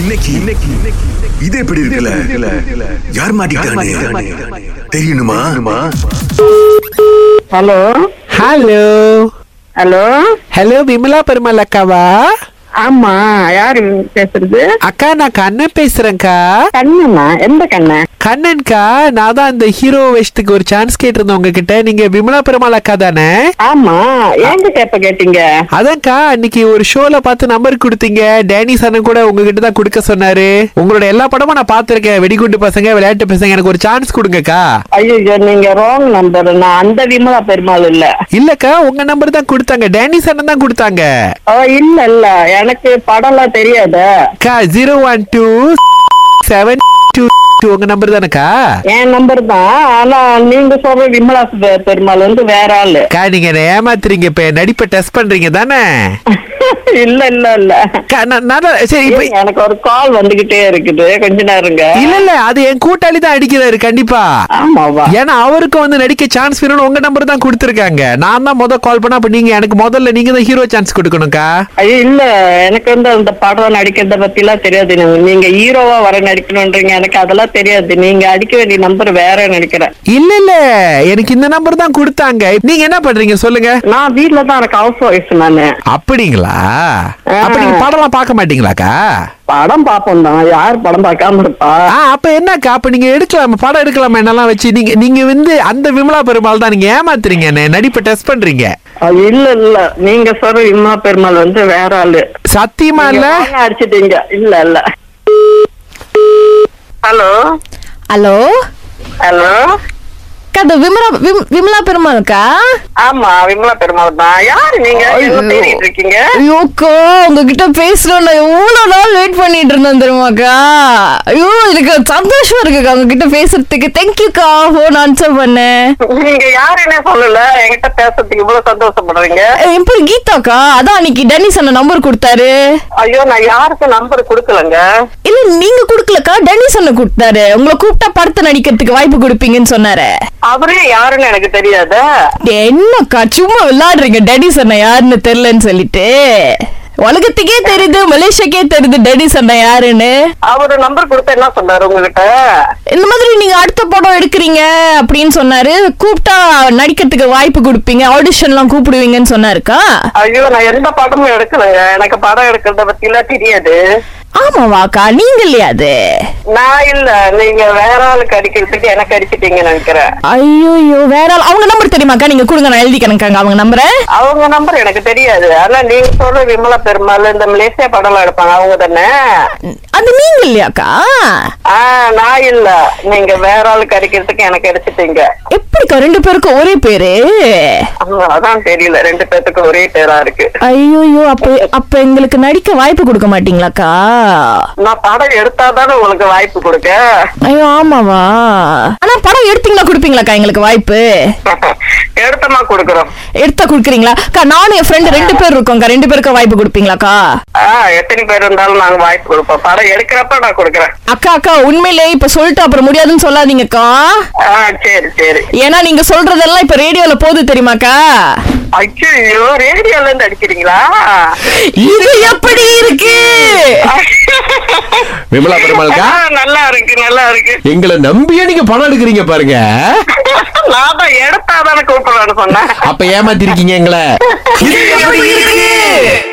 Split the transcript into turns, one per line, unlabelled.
இன்னைக்கு இன்னைக்கு இது எப்படி இருக்குல்ல யார் மாட்டிக்கிட்டானே தெரியணுமா
hello
hello
hello
hello Vimala Perumal அக்காவா
ஆமா யாரு பேசுறது
அக்கா நான் கண்ணன் பேசுறேன்க்கா
கண்ணனா எந்த கண்ணா
கண்ணன்க்கா நான் தான் இந்த ஹீரோ வேஷத்துக்கு ஒரு சான்ஸ் கேட்டிருந்தேன் உங்ககிட்ட நீங்க விமலா பெருமாள் அக்கா தானே
ஆமா ஏங்க கேப்ப கேட்டீங்க
அதான்க்கா அன்னைக்கு ஒரு ஷோல பார்த்து நம்பர் கொடுத்தீங்க டேனி சனன் கூட உங்ககிட்ட தான் கொடுக்க சொன்னாரு உங்களோட எல்லா படமும் நான் பார்த்திருக்கேன் வெடிகுண்டு பசங்க விளையாட்டு பசங்க எனக்கு ஒரு சான்ஸ் கொடுங்கக்கா
ஐயோ நீங்க ராங் நம்பர் நான் அந்த விமலா பெருமாள் இல்ல
இல்லக்கா உங்க நம்பர் தான் கொடுத்தாங்க டேனி சனன் தான் கொடுத்தாங்க
ஓ இல்ல இல்ல எனக்கு படம்லாம் தெரியாது
அக்கா zero one two seven two உங்க நம்பர் தானேக்கா
என் நம்பர் தான் ஆனா நீங்க சொல்ற விமலா பெ- பெருமாள் வந்து வேற ஆளு
அக்கா நீங்க என்ன ஏமாத்துறீங்க இப்ப என் நடிப்பை டெஸ்ட் பண்றீங்க தானே
இல்ல இல்ல இல்ல
அக்கா, நான்- நான் தான்- சரி இப்ப
எனக்கு ஒரு கால் வந்துகிட்டே இருக்குது கொஞ்ச நேரங்க
இல்ல இல்ல அது என் கூட்டாளி தான் அடிக்கிறாரு கண்டிப்பா
ஆமாவா
ஏன்னா அவருக்கும் வந்து நடிக்க சான்ஸ் வேணும்னு உங்க நம்பர் தான் கொடுத்துருக்காங்க நான் தான் முத கால் பண்ணா அப்ப நீங்க எனக்கு முதல்ல நீங்க தான் ஹீரோ சான்ஸ் கொடுக்கணும்க்கா
ஐயோ இல்ல எனக்கு வந்து அந்த படம் நடிக்கிறத பத்தி எல்லாம் தெரியாது நீங்க- நீங்க ஹீரோவா வர நடிக்கணும்ன்றீங்க எனக்கு அதெல்லாம் தெரியாது நீங்க அடிக்க வேண்டிய நம்பர் வேற நினைக்கிறேன்
இல்ல இல்ல எனக்கு இந்த நம்பர் தான் கொடுத்தாங்க நீங்க என்ன பண்றீங்க சொல்லுங்க
நான் வீட்ல தான் எனக்கு ஹவுஸ் ஒய்ஃப் நானு
அப்படிங்களா அப்ப நீங்க படம்லாம் பார்க்க மாட்டீங்களாக்கா
படம் பாப்போம் தான் யார் படம் பார்க்காம இருப்பா
ஆ அப்ப என்னக்கா அப்ப நீங்க எடுக்கலாம் படம் எடுக்கலாம் என்னெல்லாம் வச்சு நீங்க நீங்க வந்து அந்த விமலா பெருமாள் தான் நீங்க ஏமாத்துறீங்க என்னை, நடிப்பை டெஸ்ட் பண்றீங்க
ஐயோ, இல்ல இல்ல நீங்க சொல்ற இம்மா பெருமாள் வந்து வேற ஆளு
சத்தியமா
நீங்க
இல்ல
wrong அடிச்சிட்டீங்க இல்ல இல்ல ஹலோ
ஹலோ
ஹலோ
அக்கா இது விமலா விம்- விமலா பெருமாளுக்கா
ஆமா விமலா பெருமாள் தான் யாரு நீங்க என்ன தேடிட்டு இருக்கீங்க
ஐயோக்கா உங்ககிட்ட பேசணும் நான் எவ்வளவு நாள் வெயிட் பண்ணிட்டு இருந்தேன் தெரியுமாக்கா ஐயோ எனக்கு சந்தோஷமா இருக்குக்கா உங்ககிட்ட பேசுறதுக்கு தேங்க்யூக்கா ஃபோன் ஆன்சர் பண்ணேன்
நீங்க யாருன்னே சொல்லல என்கிட்ட பேசுறதுக்கு இவ்வளவு சந்தோஷப்படுறீங்க
அஹ் என் பேர் கீதாக்கா அதான் அன்னைக்கு டேனி சொன்ன நம்பர் கொடுத்தாரு
ஐயோ நான் யாருக்கும் நம்பர் கொடுக்கலங்க
இல்ல நீங்க கொடுக்கலக்கா டேனி சொன்ன கொடுத்தாரு உங்களை கூப்பிட்டா படத்தை நடிக்கிறதுக்கு வாய்ப்பு கொடுப்பீங்கன்னு சொன்னாரு
அவரே யாருன்னு எனக்கு தெரியாத
என்னக்கா சும்மா விளையாடுறீங்க டேடி சன்ன யாருன்னு தெரியலன்னு சொல்லிட்டு உலகத்துக்கே தெரியுது மலேசியாக்கே தெரியுது டேடி சன்ன யாருன்னு
அவரு நம்பர் கொடுத்த என்ன சொன்னாரு உங்ககிட்ட
இந்த மாதிரி நீங்க அடுத்த படம் எடுக்கிறீங்க அப்படின்னு சொன்னாரு கூப்பிட்டா நடிக்கிறதுக்கு வாய்ப்பு கொடுப்பீங்க ஆடிஷன்லாம் கூப்பிடுவீங்கன்னு சொன்னாருக்கா
ஐயோ நான் எந்த படமும் எடுக்கலங்க எனக்கு படம் எடுக்கிறத பத்தி எல்லாம் தெரியாது
ஆமாவாக்கா நீங்க இல்லையா அது
நான் இல்ல நீங்க வேற ஆளுக்கு அடிக்கிறதுக்கு எனக்கு அடிச்சிட்டீங்கன்னு நினைக்கிறேன்
ஐயோ வேற ஆள் அவங்க நம்பர் தெரியுமாக்கா நீங்க கொடுங்க நான் எழுதி கணக்காங்க அவங்க நம்பரை
அவங்க நம்பர் எனக்கு தெரியாது ஆனா நீங்க சொல்ற விமலா பெருமாள் இந்த மலேசியா படம் எல்லாம் எடுப்பாங்க அவங்க தானே
அது நீங்க இல்லையாக்கா
ஆஹ் நான் இல்ல நீங்க வேற ஆளுக்கு அடிக்கிறதுக்கு எனக்கு அடிச்சிட்டீங்க
எப்படிக்கா ரெண்டு பேருக்கும் ஒரே பேரு
ஆஹ் அதான் தெரியல ரெண்டு பேத்துக்கும் ஒரே பேரா இருக்கு
ஐயோயோ அப்ப அப்ப எங்களுக்கு நடிக்க வாய்ப்பு கொடுக்க மாட்டீங்களாக்கா
நான் படம் எடுத்தாதானே உங்களுக்கு வாய்ப்பு கொடுக்க
ஐயோ ஆமாவா ஆனா படம் எடுத்தீங்கன்னா கொடுப்பீங்களாக்கா எங்களுக்கு வாய்ப்பு
எடுத்தமா கொடுக்குறோம்
எடுத்தா கொடுக்குறீங்களா அக்கா நானும் என் ஃப்ரெண்டு ரெண்டு பேர் இருக்கோம்க்கா ரெண்டு பேருக்கு வாய்ப்பு கொடுப்பீங்களாக்கா
ஆஹ் எத்தனை பேர் இருந்தாலும் நாங்க வாய்ப்பு கொடுப்போம் படம் எடுக்கிறப்ப நான் கொடுக்குறேன்
அக்கா அக்கா உண்மையிலே இப்ப சொல்லிட்டு அப்புறம் முடியாதுன்னு சொல்லாதீங்கக்கா
ஆஹ் சரி சரி
ஏன்னா நீங்க சொல்றதெல்லாம் இப்ப ரேடியோல போகுது தெரியுமாக்கா
ஐயோ ரேடியோல இருந்து அடிக்கிறீங்களா
இது எப்படி இருக்கு
விமலா பெருமாளுக்கா
ஆஹ், நல்லா இருக்கு நல்லா இருக்கு
எங்களை நம்பியே நீங்க பணம் எடுக்கிறீங்க பாருங்க
நான் தான் எடுத்தாதானே கூப்பிடுறேன்னு சொன்னேன்
அப்ப ஏமாத்திருக்கீங்க எங்களை
இது எப்படி இருக்கு